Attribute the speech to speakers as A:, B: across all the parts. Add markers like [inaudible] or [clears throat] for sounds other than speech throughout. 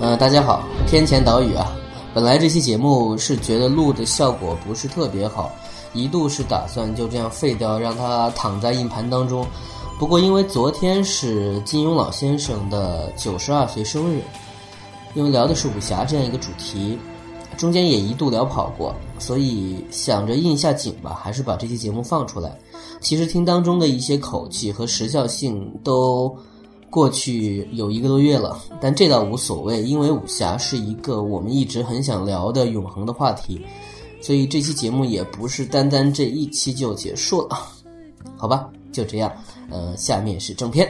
A: 呃，大家好，天前岛屿啊，本来这期节目是觉得录的效果不是特别好，一度是打算就这样废掉，让它躺在硬盘当中。不过因为昨天是金庸老先生的九十二岁生日，因为聊的是武侠这样一个主题，中间也一度聊跑过，所以想着应下景吧，还是把这期节目放出来。其实听当中的一些口气和时效性都过去有一个多月了，但这倒无所谓，因为武侠是一个我们一直很想聊的永恒的话题，所以这期节目也不是单单这一期就结束了，好吧，就这样。呃，下面是正片。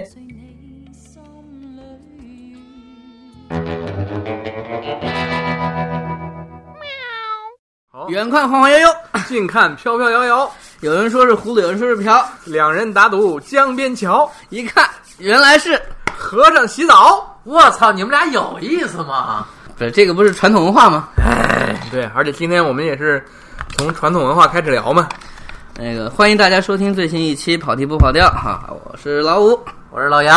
B: 远看晃晃悠悠，
C: 近看飘飘摇摇，
B: 有人说是葫芦，有人说是瓢，
C: 两人打赌江边桥，
B: 一看原来是
C: 和尚洗澡。
D: 我操，你们俩有意思吗？
B: 不是这个不是传统文化吗？
C: 哎对，而且今天我们也是从传统文化开始聊嘛。
B: 那个欢迎大家收听最新一期《跑题不跑调》哈，我是老五，
D: 我是老杨，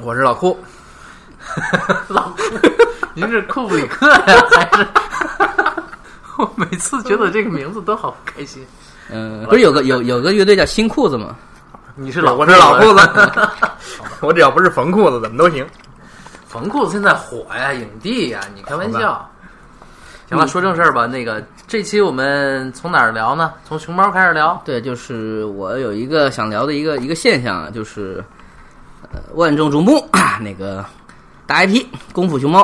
C: 我是老库，
D: 老， [laughs] 您是库布里克呀？还是？ [laughs] 我每次觉得这个名字都好开心。
B: 嗯、不是有个有有个乐队叫新裤子吗？
D: 你是老，
C: 我是老裤子，
B: [laughs]
C: 我只要不是缝裤子，怎么都行。
D: 冯裤子现在火呀，影帝呀，你开玩
C: 好
D: 笑。行了，说正事儿吧。那个，这期我们从哪儿聊呢？从熊猫开始聊。
B: 对，就是我有一个想聊的一个一个现象啊，就是呃万众瞩目 [clears throat] 那个大 IP《功夫熊猫》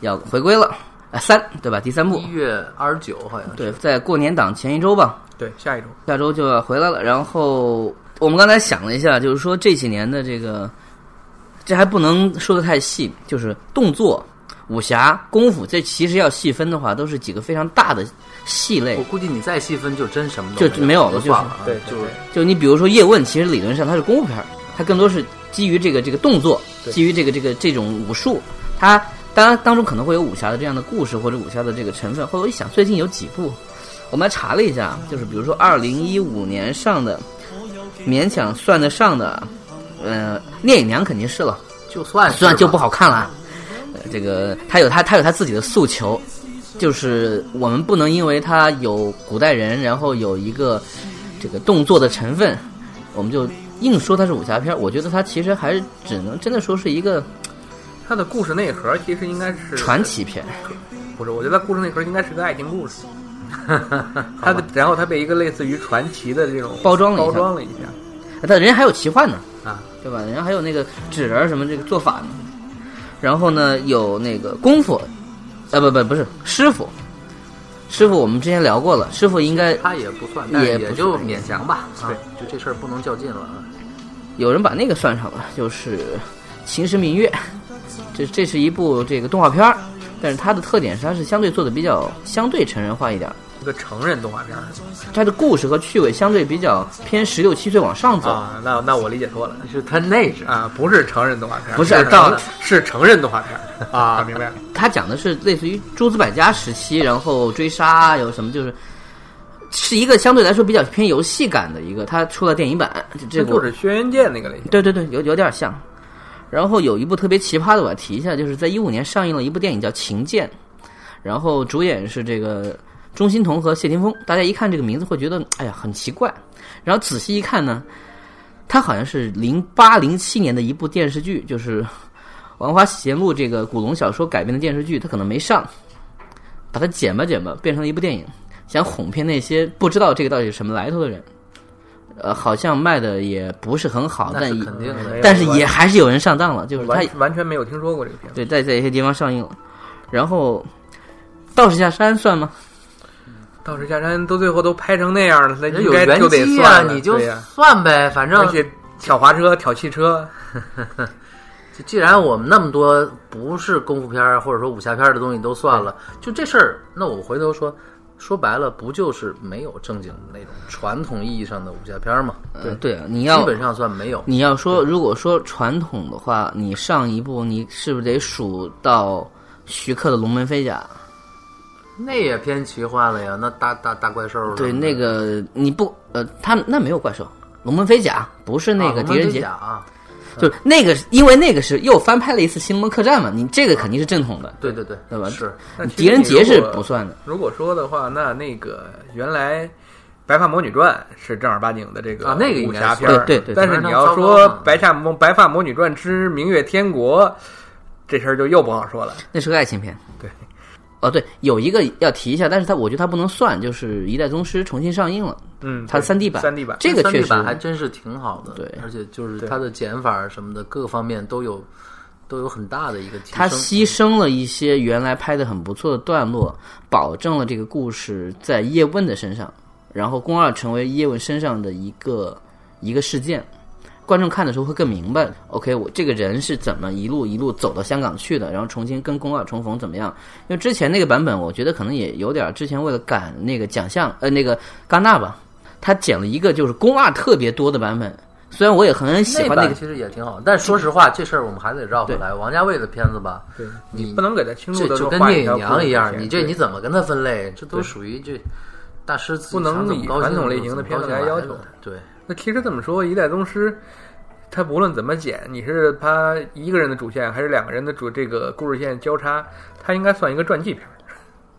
B: 要回归了，呃三对吧？第三部
D: 一月二十九，好像是。
B: 对，在过年档前一周吧，
C: 对，下一周
B: 下周就要回来了。然后我们刚才想了一下，就是说这几年的这个，这还不能说的太细，就是动作、武侠、功夫，这其实要细分的话，都是几个非常大的系类
D: 我。估计你再细分就真什么
B: 就
D: 都
B: 没有了
D: 就算了啊。
C: 对
D: 就
C: 对
D: 是
B: 就你比如说《叶问》，其实理论上它是功夫片儿，它更多是基于这个这个动作，
C: 对
B: 基于这个这个这种武术，它当然当中可能会有武侠的这样的故事或者武侠的这个成分。后来我一想，最近有几部，我们还查了一下，啊就是比如说二零一五年上的，勉强算得上的，呃，《聂隐娘》肯定是了，
D: 就算是
B: 虽然就
D: 吧
B: 不好看了啊，呃这个他有他他有他自己的诉求，就是我们不能因为他有古代人，然后有一个这个动作的成分，我们就硬说它是武侠片儿。我觉得它其实还是只能真的说是一个
C: 它的故事内核其实应该是
B: 传，奇片。
C: 不是？我觉得故事内核应该是个爱
B: [laughs]
C: 情故事。它的，然后它被一个类似于传奇的这种
B: 包装了一下
C: 包装了一下。
B: 但人家还有奇幻呢，
C: 啊，
B: 对吧？人家还有那个纸人儿什么这个做法呢。然后呢，有那个功夫，呃，不不不是师傅，师傅我们之前聊过了，师傅应该
D: 他也不算，但是
B: 也
D: 也
B: 不
D: 就
B: 算
D: 勉强吧。啊
C: 对，
D: 就这事儿不能较劲了。啊。
B: 有人把那个算上了，就是《秦时明月》，这这是一部这个动画片儿，但是它的特点是它是相对做的比较相对成人化一点儿，
C: 一个成人动画
D: 啊
C: 片儿
B: 它的故事和趣味相对比较偏十六七岁往上走。
C: 啊，那那我理解错了
D: 是他那只
C: 啊，不是成人动画片儿，
B: 不是
C: 是
B: 到了
C: 成是成人动画片儿
D: [laughs]
C: 啊，明白了。
B: 它讲的是类似于诸子百家时期，然后追杀有什么就是。是一个相对来说比较偏游戏感的一个，它出了电影版，这
C: 这
B: 这个我
C: 就是轩辕剑那个类型。
B: 对对对，有有点像。然后有一部特别奇葩的，我要提一下，就是在一五年上映了一部电影叫《情剑》，然后主演是这个钟欣桐和谢霆锋。大家一看这个名字会觉得，哎呀，很奇怪。然后仔细一看呢，它好像是零八零七年的一部电视剧，就是《王华贤录》这个古龙小说改编的电视剧，它可能没上，把它剪吧剪吧，变成了一部电影，想哄骗那些不知道这个到底是什么来头的人。呃，好像卖的也不是很好，
D: 那
B: 但
D: 是
B: 也
D: 肯定的。
C: 没有
B: 但是也还是有人上当了，就是他
C: 完完全没有听说过这个片子。
B: 对在在一些地方上映了，然后《道士下山》算吗？
C: 道士下山都最后都拍成那样了，那
D: 人
C: 应
D: 有
C: 该
D: 原
C: 就得
D: 机啊，
C: 算了
D: 你就
C: 对呀。
D: 算呗，反正
C: 而且挑滑车、挑汽车，
D: 既然我们那么多不是功夫片儿或者说武侠片儿的东西都算了，就这事儿，那我回头说，说白了不就是没有正经那种传统意义上的武侠片儿吗？
B: 对、对啊，你
D: 基
B: 要
D: 本上算没有。
B: 你要说如果说传统的话，你上一部你是不是得数到徐克的《龙门飞甲
D: 那也偏奇幻了呀，那大大大怪兽儿》？
B: 对，那个你不呃，他那没有怪兽，《龙门飞甲》不是那
D: 啊
B: 个
D: 龙门
B: 狄仁
D: 飞
B: 杰，
D: 甲啊，
B: 就是那个，因为那个是又翻拍了一次《星魔客栈》嘛，你这个肯定是正统的，
D: 对对对，
B: 对吧？
D: 是，
C: 那其
B: 狄
C: 实
B: 仁
C: 你
B: 杰
C: 如
B: 是
C: 果
B: 不算的，
C: 如果说的话，那那个原来《白发魔女传》是正儿八经的这个
D: 啊那个应
C: 武
D: 该
C: 侠
D: 算
C: 片儿，
B: 对对对
C: 但是
D: 反正
C: 你要
D: 糟糕
C: 说
D: 嘛
C: 《白发魔白发魔女传之明月天国》，这事儿就又不好说了。
B: 那是个爱情片。
C: 对，
B: 哦对，有一个要提一下，但是它我觉得它不能算，就是《一代宗师》重新上映了，
C: 嗯，
B: 它
C: 对
B: 三 D 版，
C: 三 D 版
B: 这个
D: 三
B: 确
D: D
B: 实
D: 版还真是挺好的，
B: 对
D: 而且就是它的减法什么的各个方面都有都有很大的一个提
B: 它
D: 升。
B: 牺牲了一些原来拍的很不错的段落，保证了这个故事在叶问的身上，然后宫二成为叶问身上的一个一个事件。观众看的时候会更明白，OK，我这个人是怎么一路一路走到香港去的，然后重新跟宫二重逢怎么样？因为之前那个版本，我觉得可能也有点儿之前为了赶那个奖项，呃，那个戛纳吧，他剪了一个就是宫二特别多的版本。虽然我也很喜
D: 那
B: 欢那
D: 版
B: 个，
D: 其实也挺好，但说实话，这事儿我们还得绕回来。王家卫的片子吧，
C: 对
D: 你
C: 不能给它轻
D: 这
C: 度的
D: 就跟聂隐娘一样，你这你怎么跟他分类？这都属于这大师自己
C: 不能
D: 想怎么
C: 以
D: 高兴
C: 传统类
D: 怎么
C: 型的
D: 高
C: 片子
D: 兴
C: 来
D: 来
C: 要
D: 的
C: 求。
D: 对，
C: 那其实这么说，《一代宗师》它不论怎么剪，你是他一个人的主线，还是两个人的主这个故事线交叉，它应该算一个传记片儿。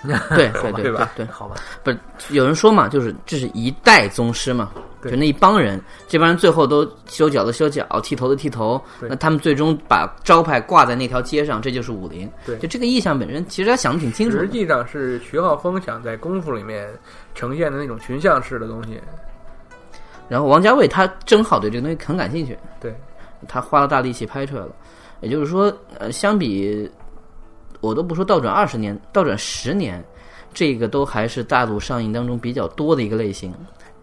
B: 对对对
C: [laughs] 对
B: 对
C: 吧
B: 对，
D: 好吧，
B: 不是有人说嘛，就是这是一代宗师嘛，就
C: 对
B: 那一帮人，这帮人最后都修脚的修脚，剃头的剃头，
C: 对
B: 那他们最终把招牌挂在那条街上，这就是武林。
C: 对
B: 就这个意象本身，其实他想的挺清楚
C: 实
B: 的。
C: 际上是徐浩峰想在功夫里面呈现的那种群像式的东西。
B: 然后王家卫他正好对这个东西很感兴趣，
C: 对，
B: 他花了大力气拍出来了。也就是说，呃，相比我都不说倒转二十年，倒转十年，这个都还是大陆上映当中比较多的一个类型，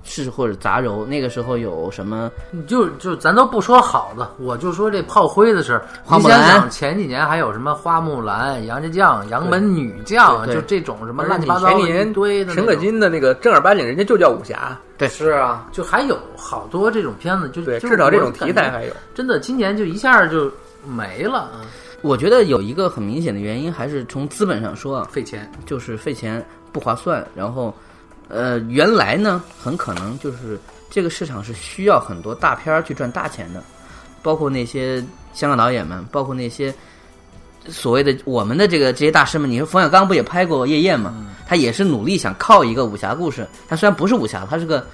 B: 是或者杂糅。那个时候有什么？
D: 你就就咱都不说好的，我就说这炮灰的事儿。
B: 花
D: 你
B: 木
D: 想
B: 兰
D: 想前几年还有什么花木兰、杨家将、杨门女将，
B: 对对
D: 就这种什么
C: 而
D: 乱
C: 且
D: 七八糟
C: 前
D: 的
C: 几
D: 一堆
C: 年
D: 的那
C: 陈可
D: 种。
C: 辛的那个正儿八经，人家就叫武侠，
B: 对
D: 是啊，就还有好多这种片子，就
C: 对，
D: 嗯就
C: 至少这
D: 我
C: 种
D: 感
C: 题
D: 觉
C: 材还有。
D: 真的今年就一下就没了，
B: 嗯
D: 啊，
B: 我觉得有一个很明显的原因，还是从资本上说啊，
D: 费钱。
B: 就是费钱不划算。然后，呃，原来呢，很可能就是这个市场是需要很多大片儿去赚大钱的，包括那些香港导演们，包括那些所谓的我们的这个这些大师们。你说冯小刚不也拍过《夜宴》
D: 嗯
B: 吗？他也是努力想靠一个武侠故事，他虽然不是武侠，他是个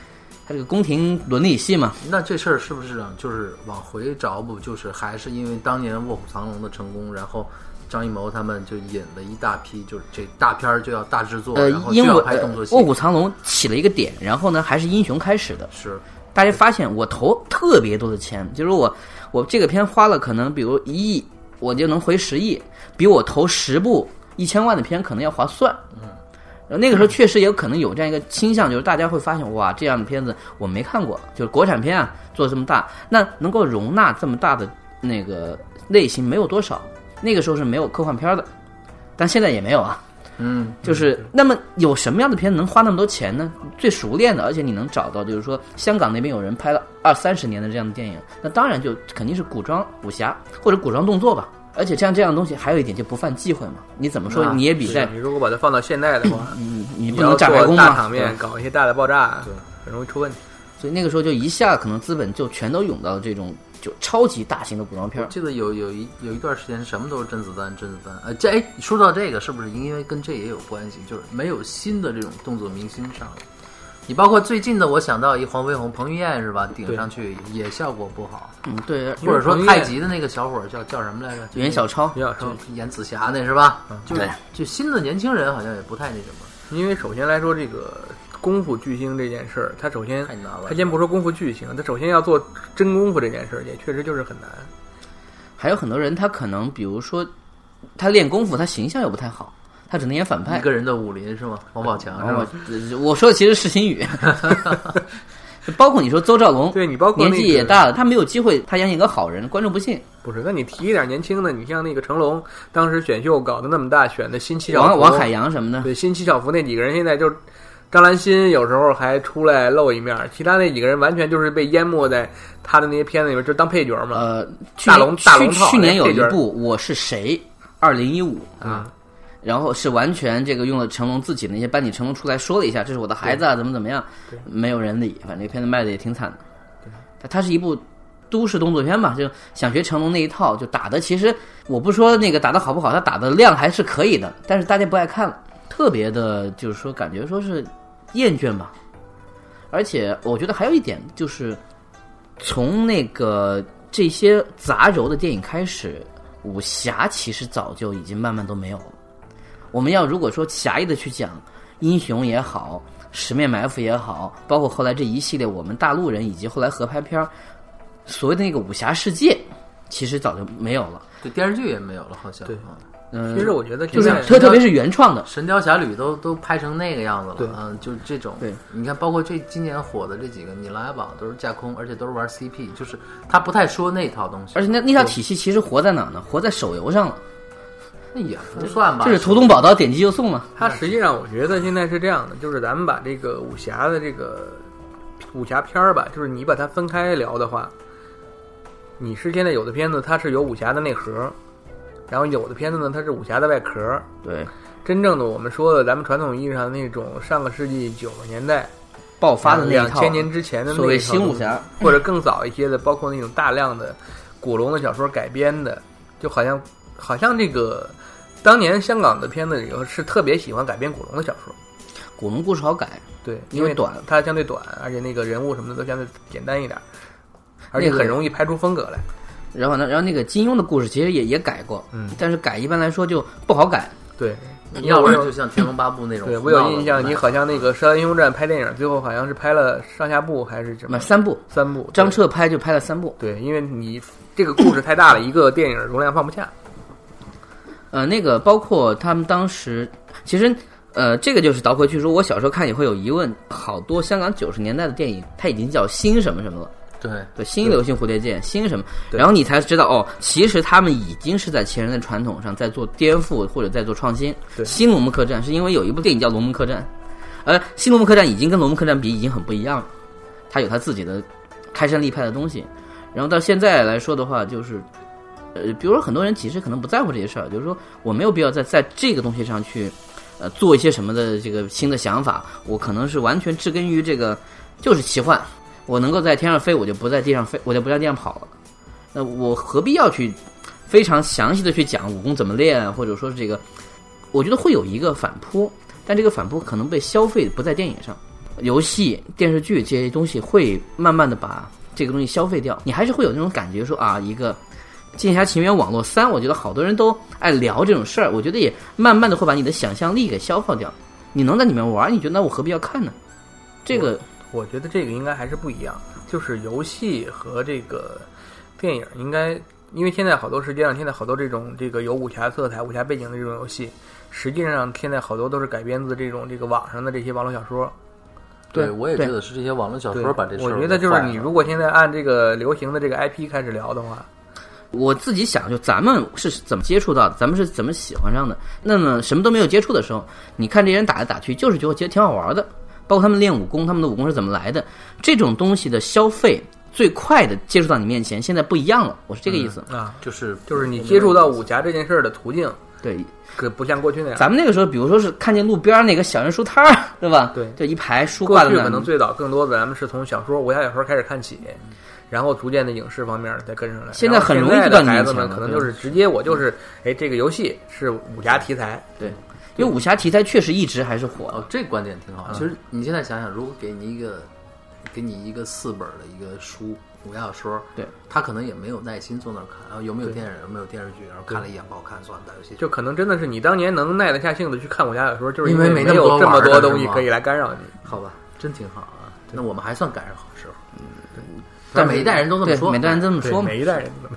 B: 他是个宫廷伦理戏嘛。
D: 那这事儿是不是啊就是往回找补？就是还是因为当年《卧虎藏龙》的成功，然后张艺谋他们就引了一大批，就是这大片儿就要大制作，
B: 呃
D: 然，后就
B: 因为
D: 要
B: 呃
D: 拍动作戏。
B: 《卧虎藏龙》起了一个点，然后呢，还是英雄开始的。
D: 是
B: 大家发现我投特别多的钱，就是我我这个片花了可能比如一亿，我就能回十亿，比我投十部一千万的片可能要划算。嗯，那个时候确实也有可能有这样一个倾向，就是大家会发现哇，这样的片子我没看过，就是国产片啊做这么大，那能够容纳这么大的那个类型没有多少，那个时候是没有科幻片的，但现在也没有啊。
D: 嗯，
B: 就是那么有什么样的片子能花那么多钱呢？最熟练的，而且你能找到，就是说香港那边有人拍了二三十年的这样的电影，那当然就肯定是古装武侠或者古装动作吧。而且像这样的东西，还有一点就不犯忌讳嘛。你怎么说
D: 那
B: 你也比在
C: 你如果把它放到现代的话，
D: 嗯
B: 你你
C: 你
B: 不
C: 要
B: 能炸白
C: 做
B: 宫
C: 大
B: 嘛，
C: 场面，搞一些大的爆炸，很容易出问题。
B: 所以那个时候就一下可能资本就全都涌到这种就超级大型的古装片儿。
D: 记得有有一有一段时间什么都是甄子丹，甄子丹。呃，这哎，说到这个，是不是因为跟这也有关系？就是没有新的这种动作明星上来。你包括最近的，我想到一黄飞鸿、彭于晏是吧？顶上去也效果不好，
B: 嗯，对，
D: 或者说
C: 彭于晏
D: 太极的那个小伙儿叫叫什么来着？
B: 袁小超
C: 比较
D: 就
C: 少，
D: 演紫霞那是吧？
C: 嗯
D: 就
B: 对
D: 就新的年轻人好像也不太那什么，
C: 因为首先来说，这个功夫巨星这件事儿，它首先
D: 太难了
C: 它先不说功夫巨星，它首先要做真功夫这件事儿，也确实就是很难。
B: 还有很多人他可能比如说他练功夫，他形象又不太好，他只能演反派
D: 一。个人的武林是吗？王宝强是
B: 然后
C: 哦
D: 吧？
B: 我我 [laughs] 说的其实是新
C: [laughs]
B: 宇，包括你说邹兆龙，
C: 对你包括
B: 年
C: 那
B: 纪
C: 个
B: 也大了，他没有机会，他演一个好人，观众不信。
C: 不是，那你提一点年轻的，你像那个成龙，当时选秀搞得那么大，选的新七小
B: 王
C: 福，
B: 王海洋什么的，
C: 对新七小福那几个人，现在就张兰心有时候还出来露一面儿，其他那几个人完全就是被淹没在他的那些片子里面，就当配角嘛。
B: 呃，去
C: 大
B: 年
C: 龙大龙
B: 去
C: 套
B: 去年有
C: 这
B: 一
C: 就是
B: 部《我是谁》，二零一五
C: 啊，
B: 然后是完全这个用了成龙自己的那些班底，成龙出来说了一下，这是我的孩子啊，怎么怎么样，没有人理，反正这片子卖的也挺惨的。它它是一部都市动作片吧，就想学成龙那一套，就打的其实我不说那个打的好不好，他打的量还是可以的，但是大家不爱看了，特别的就是说感觉说是厌倦吧。而且我觉得还有一点就是，从那个这些杂糅的电影开始，武侠其实早就已经慢慢都没有了。我们要如果说狭义的去讲，英雄也好，十面埋伏也好，包括后来这一系列我们大陆人以及后来合拍片儿，所谓的那个武侠世界，其实早就没有了。
D: 对电视剧也没有了，好像
C: 对
D: 啊
B: 嗯、
C: 其实我觉得
B: 就
C: 现
B: 是
C: 在
B: 特特别是原创的，
D: 神雕侠侣都都拍成那个样子了，
C: 对
D: 嗯，就是这种。
B: 对，
D: 你看，包括这今年火的这几个，你来吧都是架空，而且都是玩 CP，就是他不太说那套东西，
B: 而且那那套体系其实活在哪儿呢？活在手游上了，
D: 那也不算吧，
B: 就是图中宝刀点击就送嘛。
C: 它实际上我觉得现在是这样的，就是咱们把这个武侠的这个武侠片儿吧，就是你把它分开聊的话，你是现在有的片子它是有武侠的内核，然后有的片子呢它是武侠的外壳。
B: 对，
C: 真正的我们说的咱们传统意义上那种上个世纪九十年代
B: 爆发的那一
C: 两
B: 套，
C: 千年之前的那
B: 所谓
C: 一套
B: 新武侠
C: 东西，或者更早一些的，包括那种大量的古龙的小说改编的，就好像好像这个当年香港的片子里头是特别喜欢改编古龙的小说。
B: 古龙故事好改，
C: 对，
B: 因为短，
C: 它相对短，而且那个人物什么的都相对简单一点儿，而且
B: 那个
C: 很容易拍出风格来。
B: 然后呢，然后那个金庸的故事其实也也改过，
C: 嗯
B: 但是改一般来说就不好改。
C: 对，你
D: 要不然
C: 有
D: 就像《天龙八部》那种胡
C: 对
D: 闹的。
C: 我有印象，
D: 对
C: 你好像那个《射雕英雄传》拍电影，最后好像是拍了上下部还是什
B: 那
C: 么
B: 三部，
C: 三部？
B: 张彻拍就拍了三部，
C: 对，对因为你这个故事太大了，一个电影容量放不下。
B: 呃，那个包括他们当时，其实呃，这个就是倒回去说，我小时候看也会有疑问，好多香港九十年代的电影，它已经叫新什么什么了，
D: 对，
B: 对，新流星蝴蝶剑，新什么，
C: 对
B: 然后你才知道哦，其实他们已经是在前人的传统上在做颠覆或者在做创新。
C: 对
B: 新龙门客栈是因为有一部电影叫《龙门客栈》，呃，新龙门客栈已经跟龙门客栈比已经很不一样了，它有它自己的开山立派的东西。然后到现在来说的话，就是，呃，比如说很多人其实可能不在乎这些事儿，就是说我没有必要在在这个东西上去，呃，做一些什么的这个新的想法，我可能是完全植根于这个就是奇幻，我能够在天上飞，我就不在地上飞，我就不在地上跑了。那我何必要去非常详细的去讲武功怎么练啊，或者说是这个，我觉得会有一个反扑，但这个反扑可能被消费不在电影上，游戏、电视剧这些东西会慢慢的把这个东西消费掉，你还是会有那种感觉说啊，一个。《剑侠情缘》网络三，我觉得好多人都爱聊这种事儿，我觉得也慢慢的会把你的想象力给消耗掉。你能在里面玩儿，你觉得那我何必要看呢？这个
C: 我觉得这个应该还是不一样，就是游戏和这个电影应该，因为现在好多实际上现在好多这种这个有武侠色彩、武侠背景的这种游戏，实际上现在好多都是改编自这种这个网上的这些网络小说。
B: 对
D: 我也觉啊得是这些网络小说把这事儿
C: 我觉得就是
D: 坏了
C: 你如果现在按这个流行的这个 IP 开始聊的话，
B: 我自己想，就咱们是怎么接触到的，咱们是怎么喜欢上的。那么什么都没有接触的时候，你看这些人打来打去，就是觉得觉得挺好玩的。包括他们练武功，他们的武功是怎么来的，这种东西的消费最快的接触到你面前，现在不一样了。我是这个意思。
C: 啊，
D: 就是
C: 就是你接触到武侠这件事儿的途径，
B: 对，
C: 可不像过去那样。
B: 咱们那个时候，比如说是看见路边儿那个小人书摊儿，对吧？
C: 对
B: 就一排书
C: 过
B: 挂在
C: 去
B: 那儿。
C: 可能最早更多的咱们是从小说、武侠小说开始看起，
D: 嗯
C: 然后逐渐的影视方面再跟上来。
B: 现在很容易
C: 然后
B: 就到
C: 现
B: 你
C: 在
B: 面
C: 的孩
B: 前
C: 子们
B: 了
C: 可能
B: 对
C: 就是直接我就是，哎，这个游戏是武侠题材，
B: 对，因为武侠题材确实一直还是火
D: 哦
B: 的。，
D: 这观点挺
B: 嗯
D: 好。其实你现在想想，如果给你一个给你一个四本儿的一个书武侠小说，
B: 对
D: 他可能也没有耐心坐那儿看，然后有没有电影，有没有电视剧，然后看了一眼不好看，算了，打游戏去。
C: 就可能真的是你当年能耐得下性子去看武侠小说，就是
D: 因
C: 因
D: 为
C: 没
D: 没那么
C: 有
D: 多
C: 这么
D: 玩儿
C: 多
D: 的
C: 东
D: 是
C: 西
D: 吗
C: 可以来干扰你。
D: 好吧，真挺好啊。那我们还算赶上好时候。
B: 嗯但是
D: 每一代人都这么
B: 对
D: 说
B: 每代人都这么
C: 对
B: 说嘛。
C: 每一代人都
D: [laughs]
C: 这么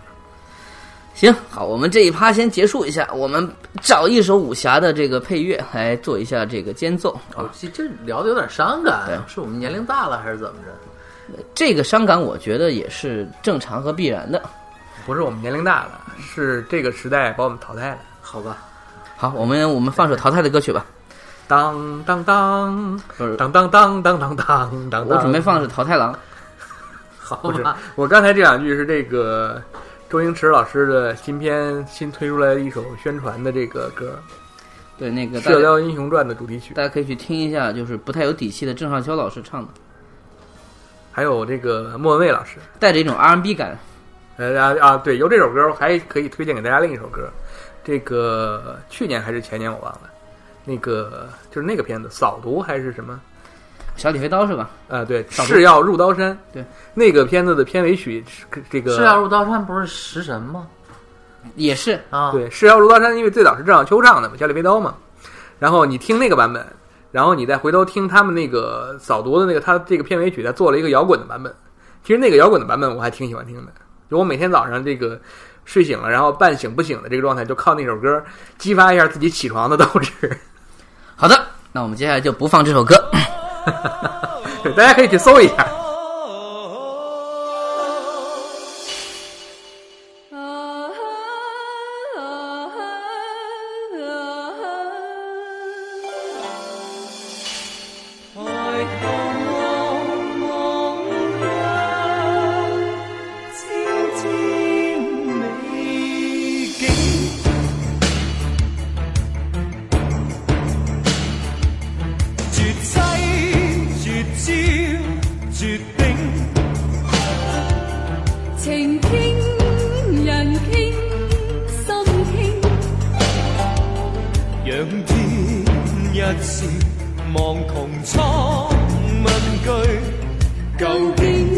B: 行，好，我们这一趴先结束一下，我们找一首武侠的这个配乐来做一下这个间奏
D: 哦
B: 啊。，
D: 这这聊的有点伤感啊，
B: 对
D: 是我们年龄大了还是怎么着？
B: 这个伤感，我觉得也是正常和必然的。
C: 不是我们年龄大了，是这个时代把我们淘汰了。
D: 好吧，
B: 好，我们我们放首淘汰的歌曲吧。
C: 当当当
B: 不是，
C: 当当当当当当当，
B: 我准备放的是《淘太郎》。
D: 好
C: 不是
D: 吧，，
C: 我刚才这两句是这个周星驰老师的新片新推出来的一首宣传的这个歌，
B: 对，那个
C: 《
B: 大
C: 射
B: 家
C: 雕英雄传》的主题曲。
B: 大家可以去听一下，就是不太有底气的郑少秋老师唱的。
C: 还有这个莫文蔚老师。
B: 带着一种 R&B 感。
C: 呃啊啊，对，由这首歌我还可以推荐给大家另一首歌，这个去年还是前年我忘了，那个就是那个片子《扫毒》还是什么？
B: 小李飞刀是吧？
C: 呃，对，
B: 扫毒
C: 是要入刀山。
B: 对，
C: 那个片子的片尾曲是这个
D: 是要入刀山不是食神吗？
B: 也是，
D: 啊，，
C: 对，是要如刀山，因为最早是郑少秋唱的嘛，《小李飞刀》嘛。然后你听那个版本，然后你再回头听他们那个扫毒的那个，他这个片尾曲，他做了一个摇滚的版本。其实那个摇滚的版本我还挺喜欢听的，就我每天早上这个睡醒了，然后半醒不醒的这个状态，就靠那首歌激发一下自己起床的斗志。 [laughs]
B: 好的，那我们接下来就不放这首歌。
C: 对大家可以去搜一下。
E: 绝妻、绝招、绝顶，
F: 情倾人倾心倾，
E: 仰天一笑，望穹苍问句，究竟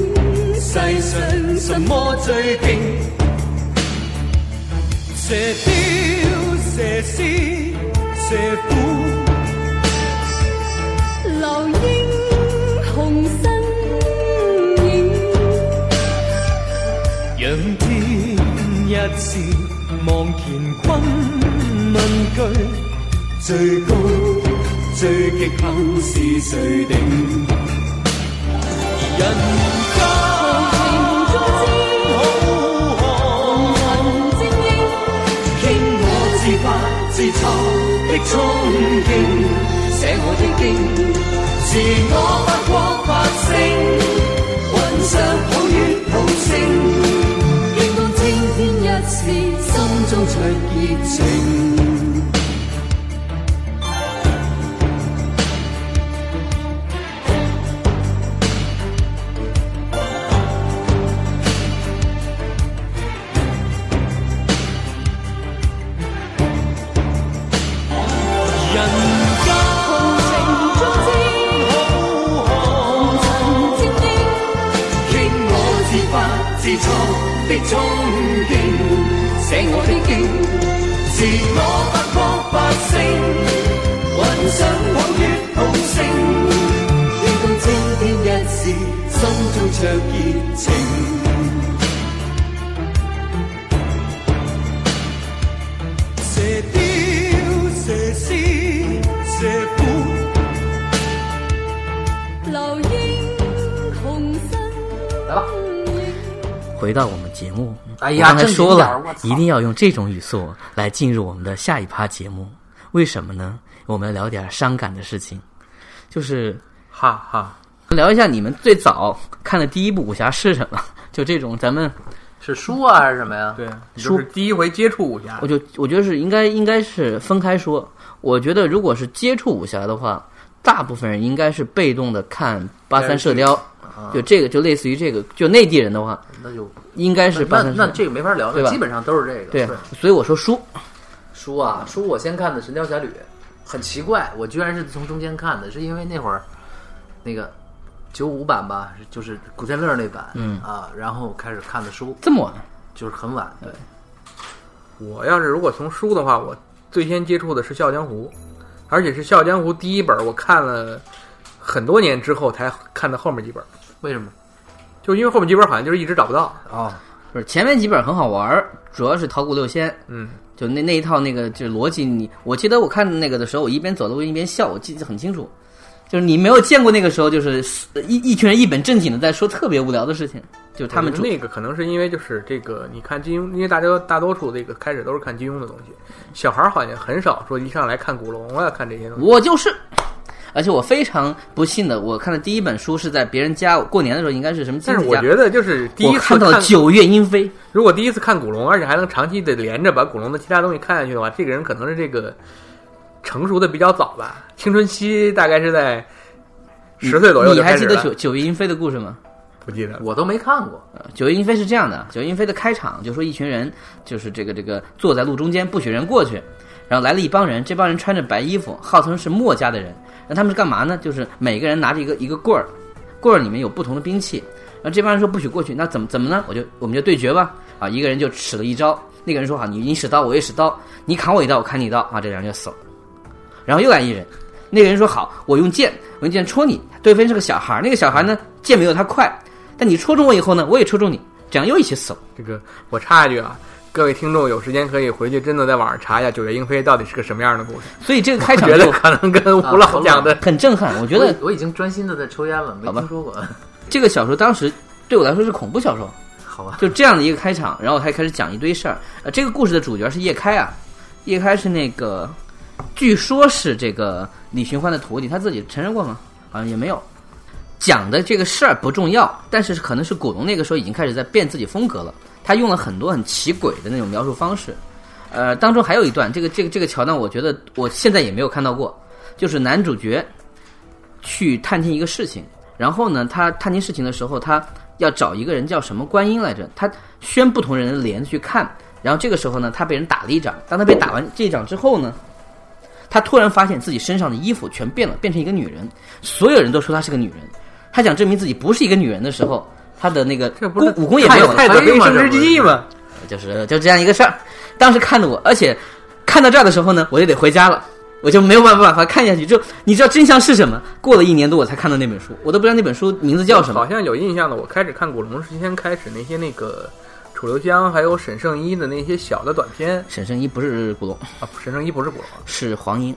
E: 世上什么最劲？射雕、射狮、射虎。
F: 流英雄身影，
E: 仰天一笑，望乾坤问句，最高最极限是谁定？人间
F: 豪情壮志。
E: 好汉，
F: 精英，
E: 倾我自发自創的憧憬，寫我的經，是我發光發聲，雲上抱月抱星。
F: 应当青天一线，心中
E: 出熱情。人間
F: 豪情壮志，
E: 好漢
F: 神精英，
E: 倾我自发自創的憧憬，寫我的經，是我發光發聲，雲上抱月抱星，天空青天一線，心中灼熱情。射雕、射獅、射虎。
F: 流英雄身
D: 来吧。
F: 影。
B: 回到我们节目，
D: 哎呀
B: 我刚才说了
D: 正经点儿我，操
B: 一定要用这种语速来进入我们的下一趴节目。为什么呢？我们聊点伤感的事情，就是
C: 哈哈，
B: 聊一下你们最早看的第一部武侠是什么？ [laughs] 就这种，咱们
D: 是书啊还是什么呀？
C: 对，就是第一回接触武侠
B: 我，就我觉得是应该应该是分开说。我觉得如果是接触武侠的话，大部分人应该是被动的看八三射雕，就这个就类似于这个，就内地人的话，
D: 那就
B: 应该是八
D: 那
B: 三射
D: 那
B: 雕。
D: 这个没法聊，
B: 对吧
D: 基本上都是这个。
B: 对，所以我说书，
D: 书啊，书我先看的《神雕侠侣》，很奇怪，我居然是从中间看的，是因为那会儿那个九五版吧，是就是古天乐那版，嗯啊，然后开始看的书，
B: 这么晚，
D: 就是很晚，对，
C: 我要是如果从书的话，我最先接触的是《笑傲江湖》，而且是《笑傲江湖》第一本，我看了很多年之后才看的后面几本，
D: 为什么？
C: 就因为后面几本好像就是一直找不到。
D: 哦，
B: 不是前面几本很好玩儿，主要是考古六仙，
C: 嗯，
B: 就那那一套那个就是逻辑你。我记得我看那个的时候，我一边走路一边笑，我记得很清楚。就是你没有见过那个时候，就是呃一一群人一本正经的在说特别无聊的事情，就是他们
C: 我
B: 主
C: 觉得那个可能是因为就是这个，你看金庸，因为大家大多数这个开始都是看金庸的东西，小孩儿好像很少说一上来看古龙啊，看这些东西。
B: 我就是。而且我非常不幸的，我看的第一本书是在别人家过年的时候，应该是什么亲
C: 但是
B: 戚
C: 我
B: 家，
C: 觉得就是第
B: 我
C: 一次
B: 看到了《九月莺飞》。
C: 如果第一次看古龙，而且还能长期的连着把古龙的其他东西看下去的话，这个人可能是这个成熟的比较早吧，青春期大概是在十岁左右
B: 你
C: 就
B: 还
C: 开
B: 记
C: 始
B: 得
C: 了。
B: 九九月莺飞的故事吗？
C: 不记得了。
D: 我都没看过。
B: 九月英飞是这样的，九月英飞的开场就说一群人就是这个这个坐在路中间不许人过去，然后来了一帮人，这帮人穿着白衣服，号称是墨家的人，那他们是干嘛呢？就是每个人拿着一个一个棍儿，棍儿里面有不同的兵器，然后这帮人说不许过去，那怎么怎么呢？我就我们就对决吧，啊，一个人就使了一招，那个人说好，你你使刀，我也使刀，你砍我一刀，我砍你一刀， [laughs] 啊，这两人就死了，然后又来一人。那个人说好，我用剑，我用剑戳你。对方是个小孩儿，那个小孩呢，剑没有他快，但你戳中我以后呢，我也戳中你，这样又一起死了。
C: 这个我插一句啊，各位听众有时间可以回去真的在网上查一下《九月英飞》到底是个什么样的故事。
B: 所以这个开场
C: 觉得
B: 就
C: 可能跟吴老讲
B: [laughs]
C: 的
B: 很震撼。我觉得
D: 我我已经专心的在抽烟了，没
B: 好吧
D: 听说过。 [laughs]
B: 这个小说当时对我来说是恐怖小说，
D: 好吧，
B: 就这样的一个开场，然后他开始讲一堆事儿。呃，这个故事的主角是叶开啊，叶开是那个，据说是这个李寻欢的徒弟，他自己承认过吗？好像也没有。讲的这个事儿不重要，但是可能是古龙那个时候已经开始在变自己风格了，他用了很多很奇诡的那种描述方式。呃，当中还有一段，这个这个这个桥段，我觉得我现在也没有看到过，就是男主角去探听一个事情，然后呢，他探听事情的时候，他要找一个人叫什么观音来着，他宣不同人的脸去看，然后这个时候呢，他被人打了一掌，当他被打完这一掌之后呢，他突然发现自己身上的衣服全变了，变成一个女人，所有人都说她是个女人，他想证明自己不是一个女人的时候，他的那个
C: 这不
B: 功
C: 是
B: 武功也没有了
C: 太
D: 太
C: 太
D: 对
C: 太
D: 吗
C: 生殖机吗？
B: 就是就这样一个事儿。当时看的我，而且看到这儿的时候呢，我就得回家了，我就没有办法看下去。就你知道真相是什么？过了一年多我才看到那本书，我都不知道那本书名字叫什
C: 好
B: 么。
C: 像有印象的。我开始看古龙是先开始那些那个楚留香还有沈圣依的那些小的短片
B: 沈圣依不是古龙，
C: 啊，沈圣依不是古龙，
B: 是黄英，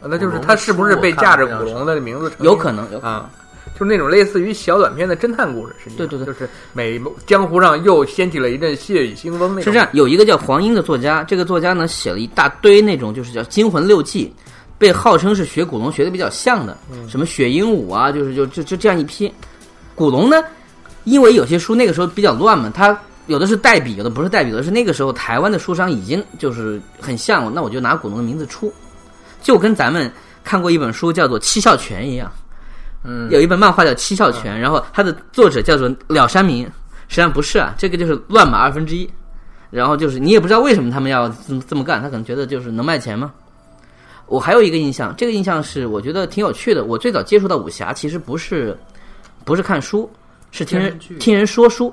C: 啊那就是他是不是被架着古龙的名字成名？
B: 有可能有可能。
C: 啊。就是那种类似于小短片的侦探故事，实际上
B: 对对对
C: 就是每江湖上又掀起了一阵血雨腥风那种。
B: 是这样，有一个叫黄英的作家，这个作家呢写了一大堆那种就是叫惊魂六记，被号称是学古龙学的比较像的，
C: 嗯
B: 什么雪鹦鹉啊，就是就就就这样一批。古龙呢，因为有些书那个时候比较乱嘛，他有的是代笔，有的不是代笔，有的是那个时候台湾的书商已经就是很像了，那我就拿古龙的名字出，就跟咱们看过一本书叫做《七笑拳》一样，
D: 嗯，
B: 有一本漫画叫《七笑
C: 嗯
B: 拳》，然后它的作者叫做了山明，实际上不是啊，这个就是乱码二分之一。然后就是你也不知道为什么他们要这么这么干，他可能觉得就是能卖钱嘛。我还有一个印象，这个印象是我觉得挺有趣的。我最早接触到武侠其实不是不是看书，是听
D: 电视
B: 人
D: 剧啊
B: 听人说书。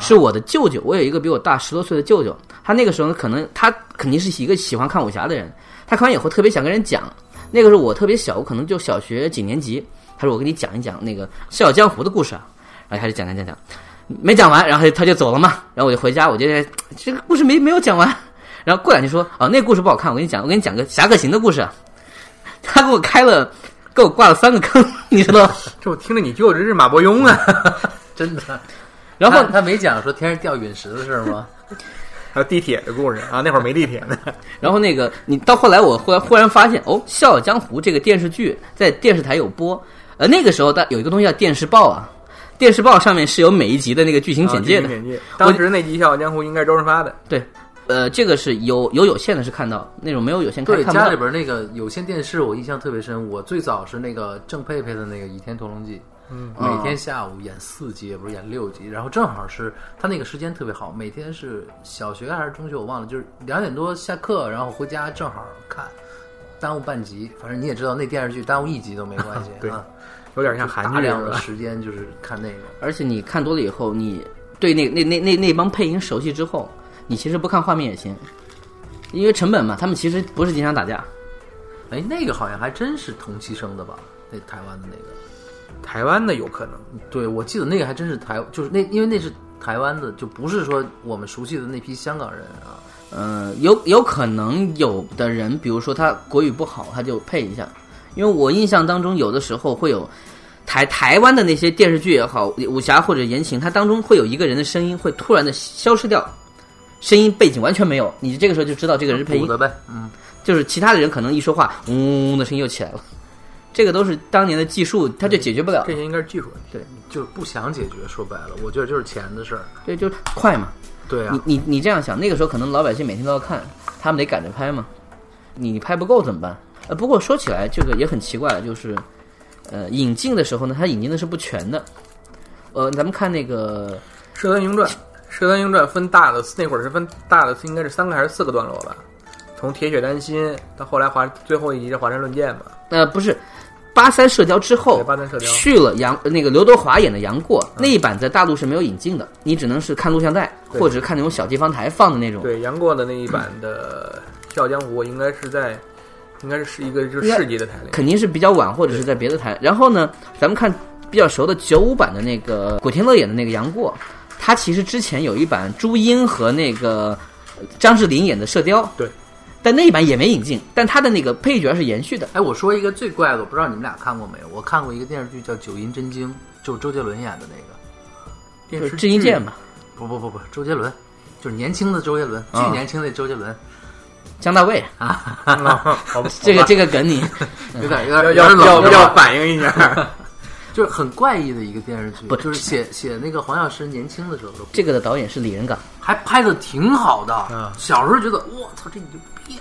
B: 是我的舅舅，我有一个比我大十多岁的舅舅，他那个时候呢，可能他肯定是一个喜欢看武侠的人，他看完以后特别想跟人讲。那个时候我特别小，我可能就小学几年级，他说我给你讲一讲那个《笑傲江湖》的故事啊，然后他就讲讲讲讲，没讲完，然后他就走了嘛，然后我就回家，我觉得这个故事没没有讲完，然后过两天说啊，那个故事不好看，我跟你讲，我给你讲个《侠客行》的故事啊， [laughs] 他给我开了，给我挂了三个坑， [laughs] 你知道吗？
C: 这我听着你舅舅真是马伯庸啊， [laughs]
D: 真的。
B: 然后
D: 他他没讲说天上掉陨石的事儿吗？
C: 还有地铁的故事啊，那会儿没地铁
B: [laughs]
C: 呢。
B: 然后那个你到后来，我忽然忽然发现，哦，《笑傲江湖》这个电视剧在电视台有播，呃，那个时候它有一个东西叫电视报啊，电视报上面是有每一集的那个剧情简介的，
C: 啊剧情简介。当时那集《笑傲江湖》应该是周润发的，
B: 对。呃，这个是有有有线的是看到那种没有有线看
D: 对，
B: 看不
D: 家
B: 到
D: 里边那个有线电视我印象特别深。我最早是那个郑佩佩的那个《倚天屠龙记》，嗯，每天下午演四集，也不是演六集，然后正好是他那个时间特别好，每天是小学还是中学我忘了，就是两点多下课，然后回家正好看，耽误半集。反正你也知道，那电视剧耽误一集都没关系
C: 对
D: 啊，
C: 有点像韩
D: 大
C: 剧
D: 量
C: 是
D: 的
C: 吧？
D: 时间就是看那个。
B: 而且你看多了以后，你对那那那那那帮配音熟悉之后，你其实不看画面也行，因为成本嘛，他们其实不是经常打架。
D: 哎，那个好像还真是同期生的吧？那台湾的那个。
C: 台湾的有可能，
D: 对，我记得那个还真是台，就是那因为那是台湾的，就不是说我们熟悉的那批香港人啊。
B: 呃，有有可能有的人，比如说他国语不好，他就配一下，因为我印象当中有的时候会有台台湾的那些电视剧也好，武侠或者言情，它当中会有一个人的声音会突然的消失掉，声音背景完全没有，你这个时候就知道这个人是配音啊
D: 补的呗，嗯，
B: 就是其他的人可能一说话，嗡嗡嗡的声音又起来了。这个都是当年的技术，它就解决不了。
C: 这些应该是技术问题。
D: 就是不想解决，说白了，我觉得就是钱的事儿。
B: 对，就是快嘛。
D: 对啊
B: 你，你你这样想，那个时候可能老百姓每天都要看，他们得赶着拍嘛。你你拍不够怎么办？呃，不过说起来这个也很奇怪，就是，呃，引进的时候呢，它引进的是不全的。呃，咱们看那个
C: 《射雕英雄传》，《射雕英雄传》分大的那会儿是分大的，应该是三个还是四个段落吧？从铁血丹心到后来华最后一集是华山论剑嘛？
B: 呃，不是八三射雕之后
C: 对，八三射雕
B: 去了杨呃那个刘德华演的杨过那一版，在大陆是没有引进的，你只能是看录像带
C: 对
B: 或者看那种小地方台放的那种。
C: 对，杨过的那一版的《笑傲江湖》应该是在，应该是一个就是
B: 应该
C: 市级的台里。
B: 肯定是比较晚，或者是在别的台。然后呢，咱们看比较熟的九五版的那个古天乐演的那个杨过，他其实之前有一版朱茵和那个张智霖演的《射雕》，
C: 对，
B: 但那一版也没引进，但他的那个配角是延续的。
D: 哎，我说一个最怪的，我不知道你们俩看过没有？我看过一个电视剧叫《九阴真经》，就是周杰伦演的那个。
C: 电
B: 就
C: 视
B: 是
C: 剧
B: 郑伊健嘛，
D: 不不不不，周杰伦，就是年轻的周杰伦，巨
B: 啊
D: 年轻的周杰伦，
B: 姜大卫， [laughs]
C: 啊，好吧
B: 这个这个梗你嗯
D: 有点有
C: 要
D: 点有
C: 要
D: 点冷
C: 要
D: 是吧
C: 要反应一下。
D: 就是很怪异的一个电视剧
B: 不，
D: 就是写写那个黄药师年轻的时候的故事，
B: 这个的导演是李仁港，
D: 还拍的挺好的。
C: 嗯
D: 小时候觉得我操这牛逼，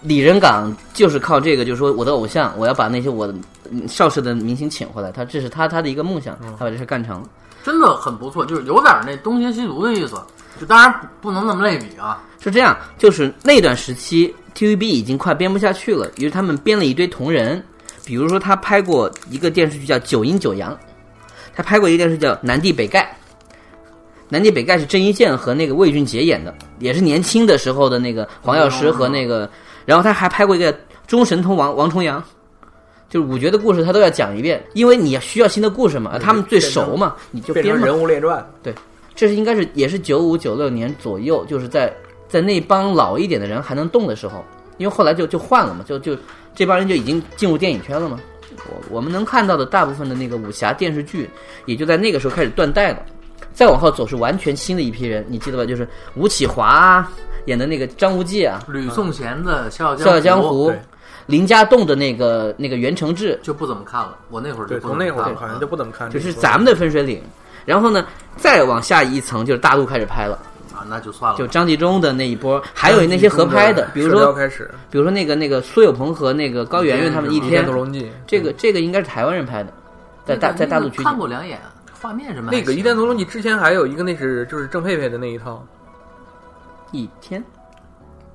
B: 李仁港就是靠这个，就是说我的偶像，我要把那些我嗯邵氏的明星请回来，他这是他他的一个梦想，
C: 嗯
B: 他把这事干成了。
D: 真的很不错，就是有点那东邪西毒的意思。就当然不不能那么类比啊，
B: 是这样，就是那段时期 TVB 已经快编不下去了，于是他们编了一堆同人，比如说他拍过一个电视剧叫《九阴九阳》，他拍过一个电视剧叫《南帝北丐》，《南帝北丐》是郑伊健和那个魏俊杰演的，也是年轻的时候的那个黄药师和那个，然后他还拍过一个《中神通王王重阳》。就是五绝的故事，他都要讲一遍，因为你需要新的故事嘛，他们最熟嘛，你 [laughs] 就
C: 变
B: 编
C: 成
B: 嘛。
C: 人物列传，
B: 这是应该是也是九五九六年左右，就是在在那帮老一点的人还能动的时候，因为后来就就换了嘛，就就这帮人就已经进入电影圈了嘛。我我们能看到的大部分的那个武侠电视剧，也就在那个时候开始断代了。再往后走是完全新的一批人，你记得吧？就是吴启华啊演的那个张无忌啊，
D: 吕颂贤的《笑傲
B: 《笑傲江
D: 湖》
B: 湖》
C: 嗯对，
B: 林家栋的那个那个袁承志，
D: 就不怎么看了，我那会儿就
C: 对，
D: 不
C: 从
D: 怎
C: 那
D: 么
C: 会儿
D: 看了啊
C: 好像就不怎么看这
B: 就
C: 个
B: 是
C: 东西。
B: 咱们的分水岭。然后呢，再往下一层就是大陆开始拍了。
D: 啊，那就算了。
B: 就张纪中的那一波，还有那些
C: 嗯
B: 合拍的，比如
C: 射雕
B: 说，
C: 开始
B: 比如说那个那个苏有朋和那个高圆圆他们一
C: 《倚天
B: 天
C: 屠，龙记》，
B: 这个这个应该是台湾人拍的，在大
D: 那个
B: 在大陆
D: 那个
B: 取景
D: 看。过两眼，画面什么还
C: 那个《倚
D: 行
C: 天屠龙记》之前还有一个那是就是郑佩佩的那一套，
B: 一天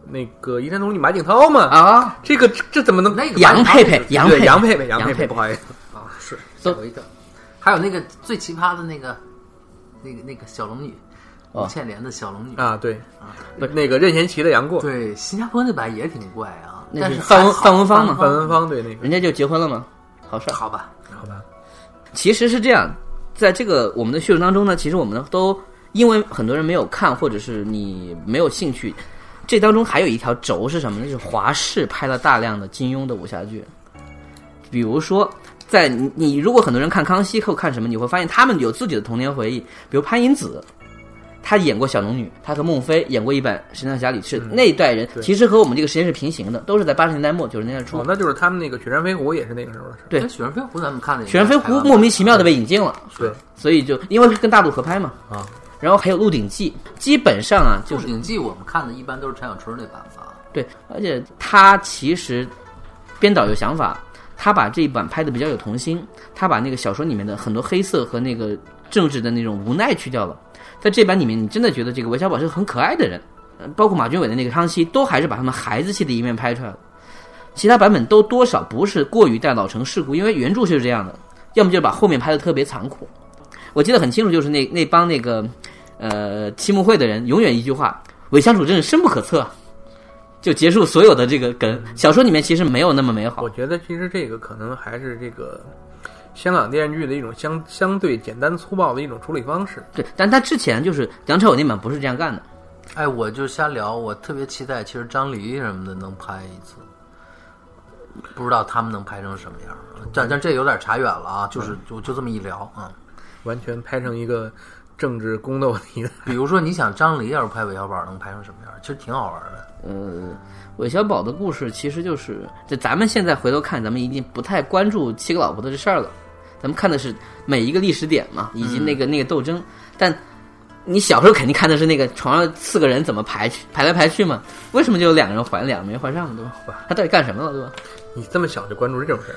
C: 那个《倚天屠龙记》马景涛嘛，
B: 啊，
C: 这个这这怎么能
D: 那个
B: 杨
D: 吧
B: 佩佩，杨佩
C: 对
B: 佩，
C: 杨佩佩杨
B: 杨
C: 佩
B: 佩
C: 不好意思，
D: 啊，是
B: 都
D: 吓我一跳。还有那个最奇葩的那个，那个那个小龙女，
B: 哦
D: 吴倩莲的小龙女，
C: 啊，对，那个任贤齐的杨过，
D: 对，新加坡那版也挺怪啊，
B: 那
D: 但
B: 是
D: 是
B: 范文
D: 还好
B: 范文芳嘛
C: 范文芳对那个
B: 人家就结婚了吗？好事儿。
D: 好吧，
C: 好吧，
B: 其实是这样，在这个我们的叙述当中呢，其实我们都因为很多人没有看，或者是你没有兴趣，这当中还有一条轴是什么呢？就是华视拍了大量的金庸的武侠剧，比如说。在你你如果很多人看《康熙》后看什么，你会发现他们有自己的童年回忆，比如潘迎紫，她演过小龙女，她和孟非演过一版《神雕侠侣》，是那一代人
C: 嗯对
B: 其实和我们这个时间是平行的，都是在八十年代末九十年代初
C: 哦，。那就是他们那个《雪山飞狐》也是那个时候的事儿，
B: 对
D: 那雪山哎飞狐咱们看的也
B: 《雪山飞
D: 是台
B: 狐
D: 湾》版
B: 莫名其妙的被引进了，
C: 对，
B: 所以就因为是跟大陆合拍嘛
C: 啊，
B: 然后还有《鹿鼎记》，基本上啊
D: 《
B: 就
D: 鹿
B: 是
D: 鼎记》，我们看的一般都是陈小春那版吧。
B: 对，而且他其实编导有想法，他把这一版拍的比较有童心，他把那个小说里面的很多黑色和那个政治的那种无奈去掉了，在这版里面，你真的觉得这个韦小宝是个很可爱的人，呃包括马俊伟的那个康熙，都还是把他们孩子气的一面拍出来了。其他版本都多少不是过于带老成世故，因为原著是这样的，要么就是把后面拍的特别残酷。我记得很清楚，就是那那帮那个呃七木会的人，永远一句话：韦相主真是深不可测啊，就结束所有的这个梗。小说里面其实没有那么美好
C: 我，觉得其实这个可能还是这个香港电视剧的一种相相对简单粗暴的一种处理方式。
B: 对，但他之前就是梁朝伟那版不是这样干的。
D: 哎，我就瞎聊，我特别期待，其实张黎什么的能拍一次，不知道他们能拍成什么样。但但这有点差远了啊，就是就就这么一聊啊。
C: 完全拍成一个政治宫斗题的。 [laughs]
D: 比如说，你想张黎要是拍韦小宝，能拍成什么样？其实挺好玩的。
B: 呃，韦小宝的故事其实就是，就咱们现在回头看，咱们已经不太关注七个老婆的这事儿了，咱们看的是每一个历史点嘛，以及那个、那个斗争。但你小时候肯定看的是那个床上四个人怎么排去排来排去嘛，为什么就有 [laughs] 两个人怀两个没怀上，对吧？他到底干什么了，对吧？
C: 你这么小就关注这种事儿，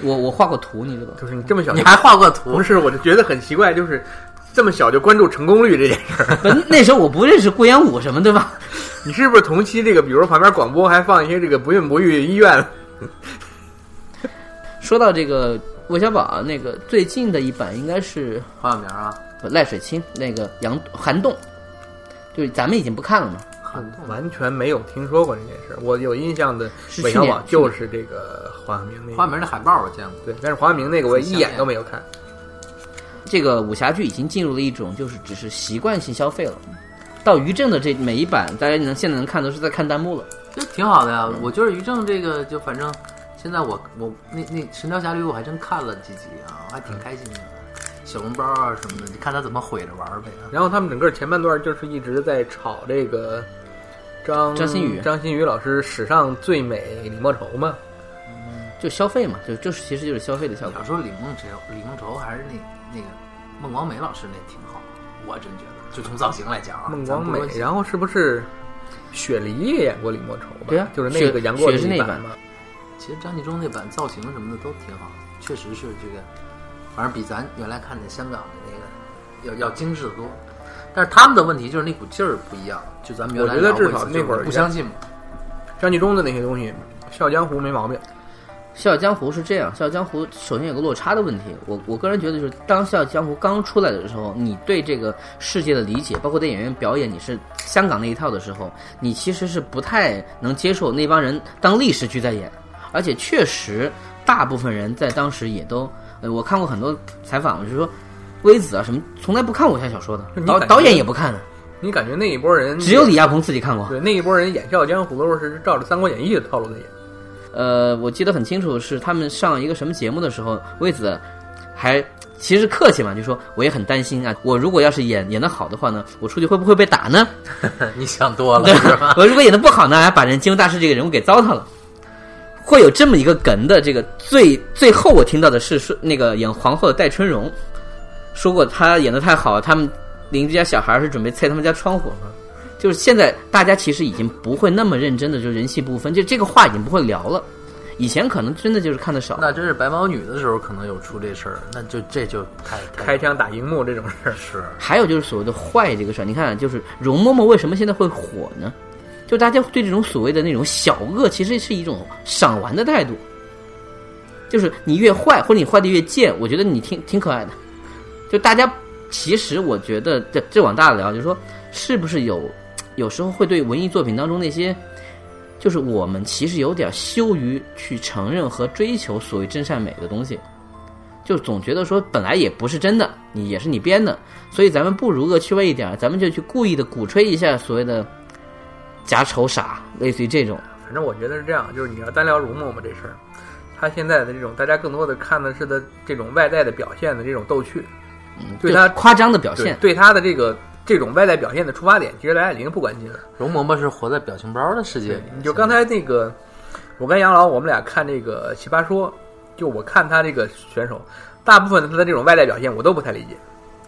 B: 我我画过图，你知道吧？ [laughs]
C: 就是你这么小
D: 你，还画过图
C: 不？是，我就觉得很奇怪，就是这么小就关注成功率这件 [laughs] 事儿。
B: 不，那时候我不认识顾炎武什么，对吧？ [laughs]
C: 你是不是同期这个，比如说旁边广播还放一些这个不孕不育医院？
B: 说到这个韦小宝啊，那个最近的一版应该是
D: 花小苗啊，
B: 呃赖水清那个杨涵洞，就是咱们已经不看了嘛。
C: 完全没有听说过这件事儿。我有印象的
B: 是
C: 韦
B: 去
C: 小
B: 年
C: 宝就是这个华明那个，
D: 花名的海报我见过。
C: 对，但是华明那个我一眼都没有看。
B: 这个武侠剧已经进入了一种就是只是习惯性消费了。到于正的这每一版，大家能现在能看都是在看弹幕了。
D: 这挺好的呀。我觉得于正这个就反正现在我我那那《神雕侠侣》我还真看了几集啊，我还挺开心的。小笼包啊什么的，你看他怎么毁着玩儿呗。啊
C: 然后他们整个前半段就是一直在炒这个张
B: 张馨予
C: 张馨予老师史上最美李莫愁嘛，
B: 就消费嘛，就就是其实就是消费的效果
D: 小。时候李梦愁，李梦愁还是那那个孟广美老师那挺好，我真觉得，就从造型来讲啊，
C: 孟广
D: 咱
C: 美
D: 不，说
C: 然后是不是雪梨也演过李莫愁吧？
B: 对啊
C: 就是那个
B: 雪
C: 杨过
B: 雪是那
C: 版
B: 版
C: 嘛。
D: 其实张纪中那版造型什么的都挺好，确实是这个，反正比咱原来看的香港的那个要要精致的多。但是他们的问题就是那股劲儿不一样，就咱们原来
C: 我觉得
D: 聊过
C: 至少
D: 一次就是
C: 那会儿
D: 不相信嘛。
C: 张纪中的那些东西，《笑江湖》没毛病。
B: 《笑傲江湖》是这样，《笑傲江湖》首先有个落差的问题，我我个人觉得就是，当《笑傲江湖》刚出来的时候，你对这个世界的理解，包括对演员表演，你是香港那一套的时候，你其实是不太能接受那帮人当历史剧在演，而且确实大部分人在当时也都，呃，我看过很多采访，就是说，微子啊什么，从来不看武侠小说的
C: 就，你
B: 导
C: 感觉
B: 导演也不看的，
C: 你感觉那一波人
B: 只有李亚鹏自己看过。
C: 对那一波人演《笑傲江湖》的时候是照着《三国演义》的套路在演。
B: 呃，我记得很清楚，是他们上一个什么节目的时候，魏子还其实客气嘛，就说我也很担心啊，我如果要是演演的好的话呢，我出去会不会被打呢？
D: [laughs] 你想多了
B: 对
D: 是吧？ [laughs]
B: 我如果演的不好呢，还把人金庸大师这个人物给糟蹋了。会有这么一个梗的，这个最最后我听到的是说那个演皇后的戴春荣说过，她演的太好，他们邻居家小孩是准备拆他们家窗户。就是现在大家其实已经不会那么认真的就人戏不分，就这个话已经不会聊了。以前可能真的就是看的少，
D: 那真是白毛女的时候可能有出这事儿，那就这就太
C: 开枪打荧幕这种事儿，
D: 是
B: 还有就是所谓的坏这个事儿，你看，就是容嬷嬷为什么现在会火呢？就大家对这种所谓的那种小恶，其实是一种赏玩的态度。就是你越坏，或者你坏的越贱，我觉得你挺挺可爱的。就大家其实我觉得这这往大了聊，就是说是不是有有时候会对文艺作品当中那些，就是我们其实有点羞于去承认和追求所谓真善美的东西。就总觉得说本来也不是真的，你也是你编的，所以咱们不如恶趣味一点儿，咱们就去故意的鼓吹一下所谓的假丑傻，类似于这种。
C: 反正我觉得是这样，就是你要单聊容嬷嬷这事儿，她现在的这种大家更多的看的是的这种外在的表现的这种逗趣，对
B: 就
C: 他
B: 夸张的表
C: 对
B: 现，
C: 对她的这个这种外在表现的出发点，其实大家已经不关心了。
D: 容嬷嬷是活在表情包的世界里。
C: 你就刚才那个，我跟杨老我们俩看这个《奇葩说》，就我看他这个选手，大部分的他的这种外在表现我都不太理解，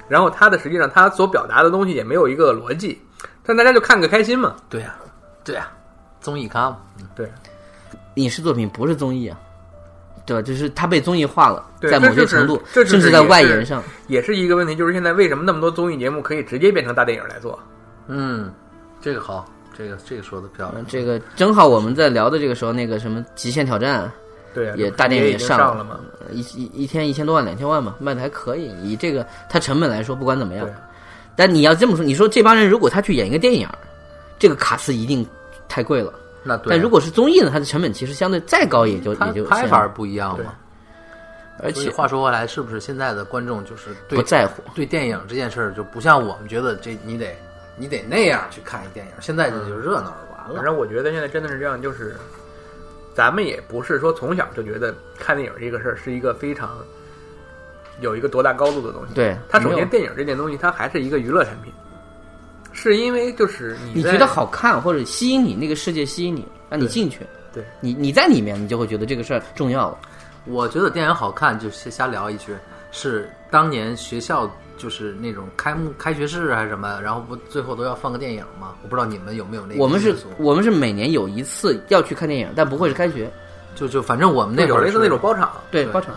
C: 然后他的实际上他所表达的东西也没有一个逻辑，但大家就看个开心嘛。
D: 对呀、对呀、综艺咖嘛，
B: 影视作品不是综艺啊，对吧？就是它被综艺化了，
C: 对
B: 在某
C: 这
B: 些
C: 就是
B: 程度，
C: 这就
B: 甚
C: 是
B: 至在
C: 也
B: 外
C: 是
B: 延上，
C: 也是一个问题，就是现在为什么那么多综艺节目可以直接变成大电影来做？
D: 嗯，这个好，这个这个说的漂亮
B: 嗯，这个正好我们在聊的这个时候，那个什么《极限挑战》
C: 对啊，
B: 也
C: 这不是
B: 大电影
C: 也
B: 也
C: 已经
B: 上
C: 上
B: 了
C: 嘛。
B: 呃一一一天一千多万、两千万嘛，卖的还可以。以这个它成本来说，不管怎么样
C: 对，
B: 但你要这么说，你说这帮人如果他去演一个电影儿，这个卡司一定太贵了。
D: 那对
B: 嗯
D: 啊，
B: 但如果是综艺呢，它的成本其实相对再高也就
D: 它
B: 也就
D: 拍
B: 行
D: 法不一样嘛。
B: 而
D: 所以
B: 且
D: 话说回来，是不是现在的观众就是对
B: 不在乎。
D: 对电影这件事儿就不像我们觉得这你得你得那样去看一电影，现在
B: 嗯
D: 这就热闹了，完
C: 反
D: 了。
C: 正我觉得现在真的是这样，就是咱们也不是说从小就觉得看电影这个事儿是一个非常有一个多大高度的东西。，
B: 对，
C: 它首
B: 没有
C: 先电影这件东西，它还是一个娱乐产品，是因为就是你
B: 你
C: 在
B: 觉得好看或者吸引你，那个世界吸引你，让你
C: 对
B: 进去。
C: 对
B: 你你在里面，你就会觉得这个事儿重要了。
D: 我觉得电影好看，就瞎瞎聊一句，是当年学校就是那种开幕开学式还是什么，然后不最后都要放个电影吗？我不知道你们有没有那个
B: 我们是
D: 习俗，
B: 我们是每年有一次要去看电影，但不会是开学，
D: 就就反正我们那会
C: 有
D: 儿
C: 类似
D: 是
C: 那种包场
B: 对，
D: 对
B: 包场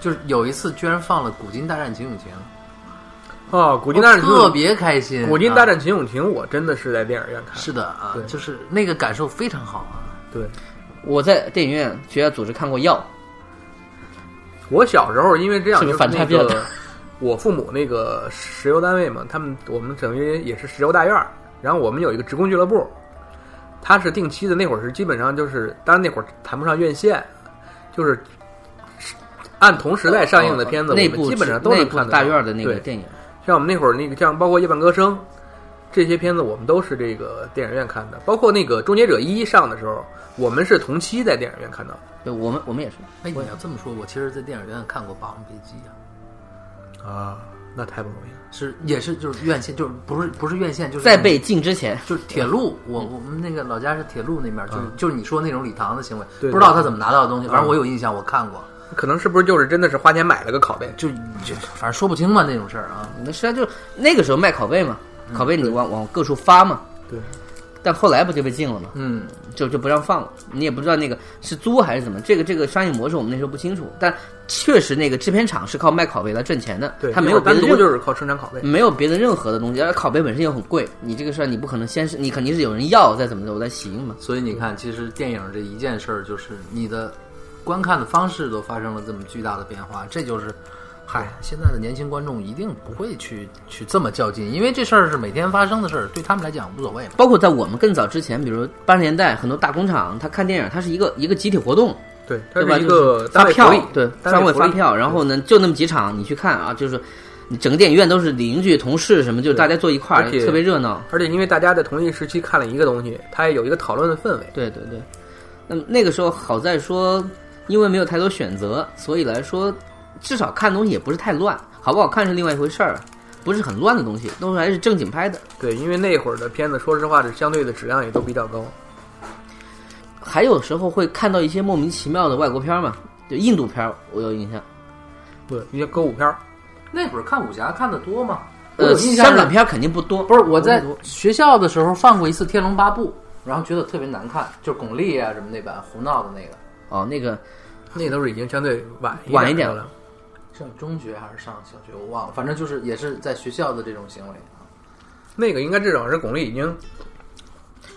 D: 就是有一次居然放了《古今大战秦俑情》，
B: 哦
C: 啊，《古今大战秦
D: 特
C: 俑》
D: 别开心，
C: 《古今大
D: 啊
C: 战秦俑情》，我真的是在电影院看，
D: 是的啊
C: 对，
D: 就是那个感受非常好啊。
C: 对。
B: 我在电影院学校组织看过《药
C: 我小时候因为这样，
B: 是
C: 就
B: 不是
C: 是
B: 反差
C: 那
B: 比较大
C: 个我父母那个石油单位嘛，他们我们等于也是石油大院儿，然后我们有一个职工俱乐部，他是定期的，那会儿是基本上就是，当然那会儿谈不上院线，就是按同时代》上映的片子，
B: 哦呃内
C: 我们
B: 部
C: 基本上都能
B: 内部
C: 看得到
B: 大院的那个
C: 对
B: 电影，
C: 像我们那会儿那个，像包括《夜半歌声》这些片子，我们都是这个电影院看的，包括那个《终结者一》上的时候，我们是同期在电影院看到的
B: 对，我们我们也是。
D: 哎，你要这么说，我其实，在电影院看过《霸王别姬》啊，
C: 啊，那太不容易了。
D: 是也是就是院线，就是不是不是院线，就是
B: 在被禁之前，
D: 就是铁路，我我们那个老家是铁路那边，就是就是你说那种礼堂的行为，
C: 对
D: 不知道他怎么拿到的东西，反正我有印象，我看过，
C: 可能是不是就是真的是花钱买了个拷贝？
D: 就就反正说不清嘛那种事儿啊。
B: 那实际上就是那个时候卖拷贝嘛，拷贝你往往各处发嘛。
C: 嗯对。
B: 但后来不就被禁了嘛，
D: 嗯，
B: 就就不让放了。你也不知道那个是租还是怎么，这个这个商业模式我们那时候不清楚。但确实那个制片厂是靠卖拷贝来赚钱的，
C: 对，
B: 他没有别
C: 单
B: 的
C: 独
B: 任
C: 就是靠生产拷贝。
B: 没有别的任何的东西，而拷贝本身又很贵，你这个事儿你不可能先是，你肯定是有人要，再怎么着我再行嘛。
D: 所以你看，其实电影这一件事儿，就是你的观看的方式都发生了这么巨大的变化，这就是。嗨，现在的年轻观众一定不会去去这么较劲，因为这事儿是每天发生的事儿，对他们来讲无所谓嘛。
B: 包括在我们更早之前，比如八十年代很多大工厂，他看电影，它是一个一个集体活动，
C: 对，它
B: 对吧？
C: 一
B: 就
C: 个
B: 是发
C: 单位
B: 票
C: 福利，
B: 对，
C: 单
B: 单位
C: 位福
B: 发
C: 利
B: 票，然后呢，就那么几场，你去看啊，就是你整个电影院都是邻居、同事什么，就是大家坐一块
C: 而
B: 儿，
C: 且
B: 特别热闹。
C: 而且因为大家在同一时期看了一个东西，它也有一个讨论的氛围。
B: 对对对，那么那个时候好在说，因为没有太多选择，所以来说，至少看东西也不是太乱，好不好看是另外一回事儿，不是很乱的东西，都是还是正经拍的。
C: 对，因为那会儿的片子，说实话是相对的质量也都比较高。
B: 还有时候会看到一些莫名其妙的外国片儿嘛，就印度片儿，我有印象。
C: 对，一些歌舞片儿，
D: 那会儿看武侠看的多吗？
B: 呃，
D: 我印象
B: 香港
D: 是
B: 片儿肯定不多，
D: 不是我在
B: 不多
D: 学校的时候放过一次《天龙八部》，然后觉得特别难看，就是巩俐啊什么那版胡闹的那个，
B: 哦，那个
C: 那都是已经相对晚
B: 晚一
C: 点
B: 点
C: 的
B: 了
C: 了。
D: 上中学还是上小学我忘了，反正就是也是在学校的这种行为啊。
C: 那个应该至少是巩俐已经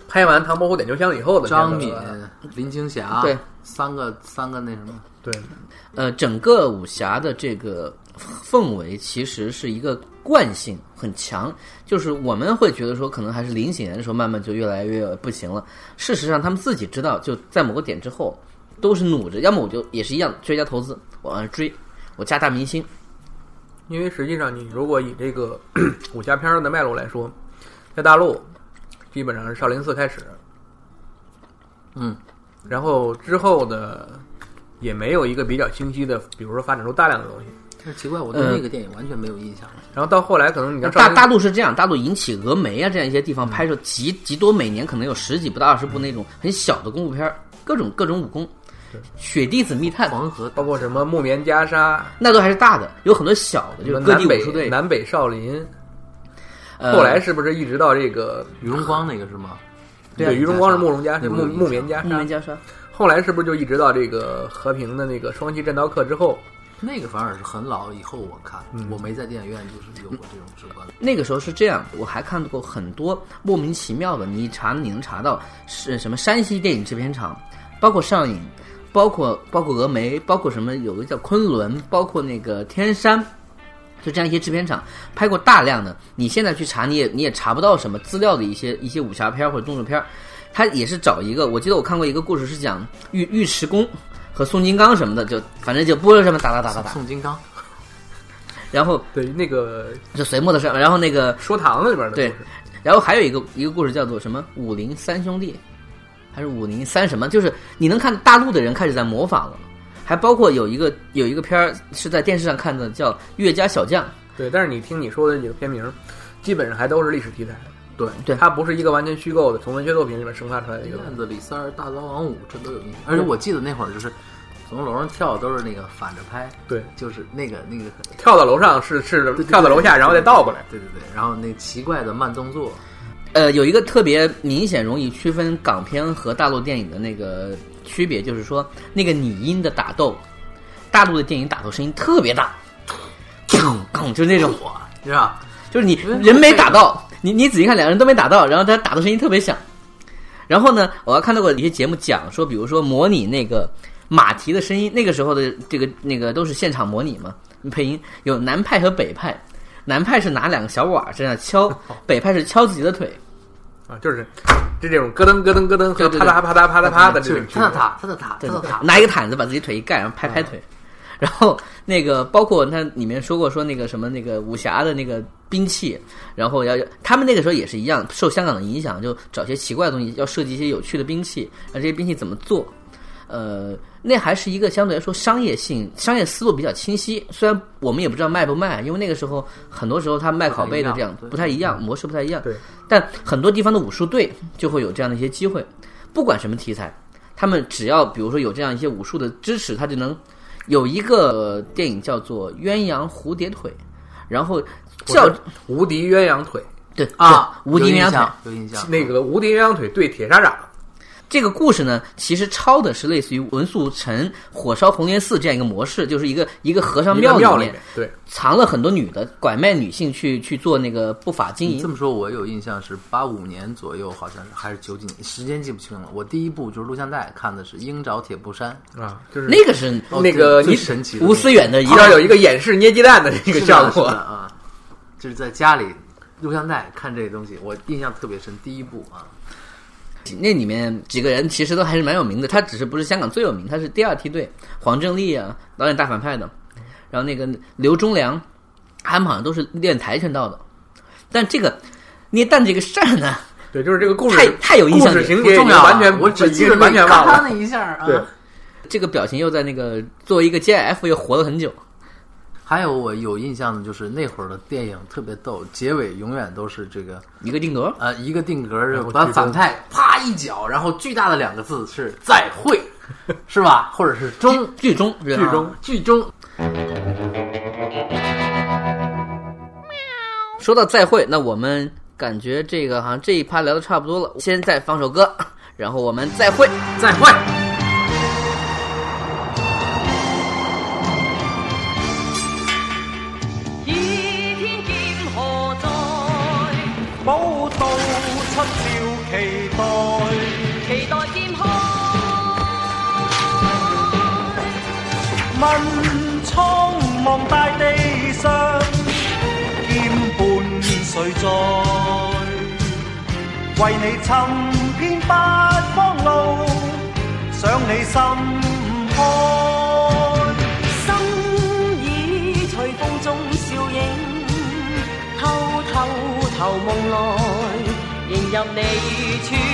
C: 拍完《唐伯虎点秋香》以后的
D: 张
C: 片
D: 敏
C: 子了，
D: 林青霞，
B: 对，
D: 三个三个那什么，
C: 对，
B: 呃，整个武侠的这个氛围其实是一个惯性很强，就是我们会觉得说，可能还是零几年的时候，慢慢就越来越不行了。事实上，他们自己知道，就在某个点之后，都是努着，要么我就也是一样追加投资，我往上追，我加大明星。
C: 因为实际上你如果以这个 [clears throat] 武侠片儿的脉络来说，在大陆基本上是少林寺开始，
D: 嗯，
C: 然后之后的也没有一个比较清晰的，比如说发展出大量的东西。
D: 但是奇怪，我对那个电影完全没有印象。
C: 然后到后来，可能你像少
B: 大
C: 林
B: 大陆是这样，大陆引起峨眉啊这样一些地方拍摄极极多，每年可能有十几部到二十部那种很小的功夫片儿，各种各种武功，雪滴子密探，
D: 黄河
C: 包括什么木棉袈裟、
B: 那都还是大的，有很多小的，
C: 什
B: 就是
C: 么
B: 各地
C: 南
B: 武术
C: 北
B: 队。
C: 南北少林，
B: 呃
C: 后来是不是一直到这个
D: 于荣光那个是吗？
B: 对啊
C: 对于荣光是慕容家是
D: 那
C: 木
D: 个
C: 木棉袈
B: 木棉
C: 裟，
B: 袈裟。
C: 后来是不是就一直到这个和平的那个双旗战刀客之后？
D: 那个反而是很老以后我看，
C: 嗯
D: 我没在电影院就是有过这种直观。
B: 那个时候是这样，我还看过很多莫名其妙的，你一查你能查到是什么山西电影制片厂，包括上影，包括包括峨眉，包括什么有个叫昆仑，包括那个天山，就这样一些制片厂拍过大量的，你现在去查你也你也查不到什么资料的一些一些武侠片儿或者动作片儿，他也是找一个，我记得我看过一个故事是讲尉尉迟恭和宋金刚什么的，就反正就播了这么打打打打打，
D: 宋金刚，
B: 然后
C: 对，那个
B: 就隋末的事儿，然后那个
C: 说堂里边的故
B: 对
C: 事，
B: 然后还有一个一个故事叫做什么“武林三兄弟”，还是“武林三什么”？就是你能看大陆的人开始在模仿了，还包括有一个有一个片儿是在电视上看的，叫《岳家小将》。
C: 对。但是你听你说的几个片名，基本上还都是历史题材，
D: 对，
B: 对嗯
C: 它不是一个完全虚构的从文学作品里面生发出来的一个东
D: 燕
C: 西。
D: 子、李三儿、大刀王五，这都有印象。而且我记得那会儿就是从楼上跳都是那个反着拍，
C: 对，
D: 就是那个那个
C: 跳到楼上是是
D: 对对
C: 跳到楼下，然后再倒过来。
D: 对对对，然后那奇怪的慢动作，
B: 呃，有一个特别明显容易区分港片和大陆电影的那个区别，就是说那个拟音的打斗，大陆的电影打斗声音特别大，就是那种，
D: 是吧？
B: 就是你人没打到，你你仔细看两个人都没打到，然后他打的声音特别响。然后呢，我还看到过一些节目讲说，比如说模拟那个马蹄的声音，那个时候的这个那个都是现场模拟嘛，配音有南派和北派，南派是拿两个小碗这样敲，北派是敲自己的腿。
C: 啊，就是就这种咯噔咯噔咯噔和
B: 对对对
C: 啪嗒啪嗒啪嗒啪的这
D: 是
C: 种区
D: 他的
C: 别。
D: 塔，他的塔，他
B: 对
D: 的塔，嗯
B: 拿一个毯子把自己腿一盖，然后拍拍腿。然后那个包括他里面说过说那个什么那个武侠的那个兵器，然后要他们那个时候也是一样，受香港的影响，就找些奇怪的东西，要设计一些有趣的兵器，而这些兵器怎么做？呃，那还是一个相对来说商业性、商业思路比较清晰。虽然我们也不知道卖不卖，因为那个时候很多时候他卖拷贝的这样不
D: 不
B: 太一样，模式不太一样。
C: 对，
B: 但很多地方的武术队就会有这样的一些机会，不管什么题材，他们只要比如说有这样一些武术的支持，他就能有一个呃电影叫做《鸳鸯蝴蝶腿》，然后叫
C: 无敌鸳鸯腿，
B: 对
D: 啊，
B: 对无敌
D: 有
B: 鸳
D: 印
B: 鸯腿
D: 象。，有印象。
C: 那个无敌鸳鸯腿对铁砂掌，
B: 这个故事呢，其实抄的是类似于文素辰火烧红莲寺这样一个模式，就是一个一个和尚
C: 一个庙
B: 里
C: 面对，
B: 藏了很多女的，拐卖女性去去做那个不法经
D: 你这
B: 营。
D: 么说，我有印象是八五年左右，好像是还是九几年，时间记不清了。我第一部就是录像带看的是《鹰爪铁布衫
C: 啊，就是
B: 那个是
D: 哦
C: 那个
D: 最
C: 你
D: 神奇的
B: 吴思远的一
C: 一要
B: 个
C: 有一个演示捏鸡蛋的这》，个
D: 是的
C: 效
D: 是的
C: 果。
D: 啊，就是在家里录像带看这些东西，我印象特别深。第一部啊，
B: 那里面几个人其实都还是蛮有名的，他只是不是香港最有名，他是第二梯队，黄正利啊，导演大反派的，然后那个刘忠良，他们好像都是练跆拳道的，但这个捏蛋这个事儿呢，
C: 对，就是这个故事
B: 太太有印象
C: 故
B: 了
C: 事情
D: 不
C: 节已经
D: 重要啊，
C: 完全
D: 我只
C: 已
D: 记
C: 经
D: 得
C: 完全忘
D: 咔
C: 了。
D: 那一下啊。
C: 对
B: 这个表情又在那个作为一个 JF 又活了很久。
D: 还有我有印象的就是那会儿的电影特别逗，结尾永远都是这个
B: 一个定格，
D: 呃一个定格是
C: 后
D: 把
C: 剧中
D: 反派啪一脚，然后巨大的两个字是再会，是吧？或者是终
B: 剧中剧
D: 剧中剧中
B: 说到再会，那我们感觉这个好像这一趴聊的差不多了，先再放首歌，然后我们再会。
D: 再会。
G: 倚天剑何在？
E: 宝刀七照期待。
G: 期待剑开。
E: 问苍茫大地上，兼伴谁在？为你寻遍八方路，想你心开。
G: 心已随风中笑影，偷偷投夢內，迎入你處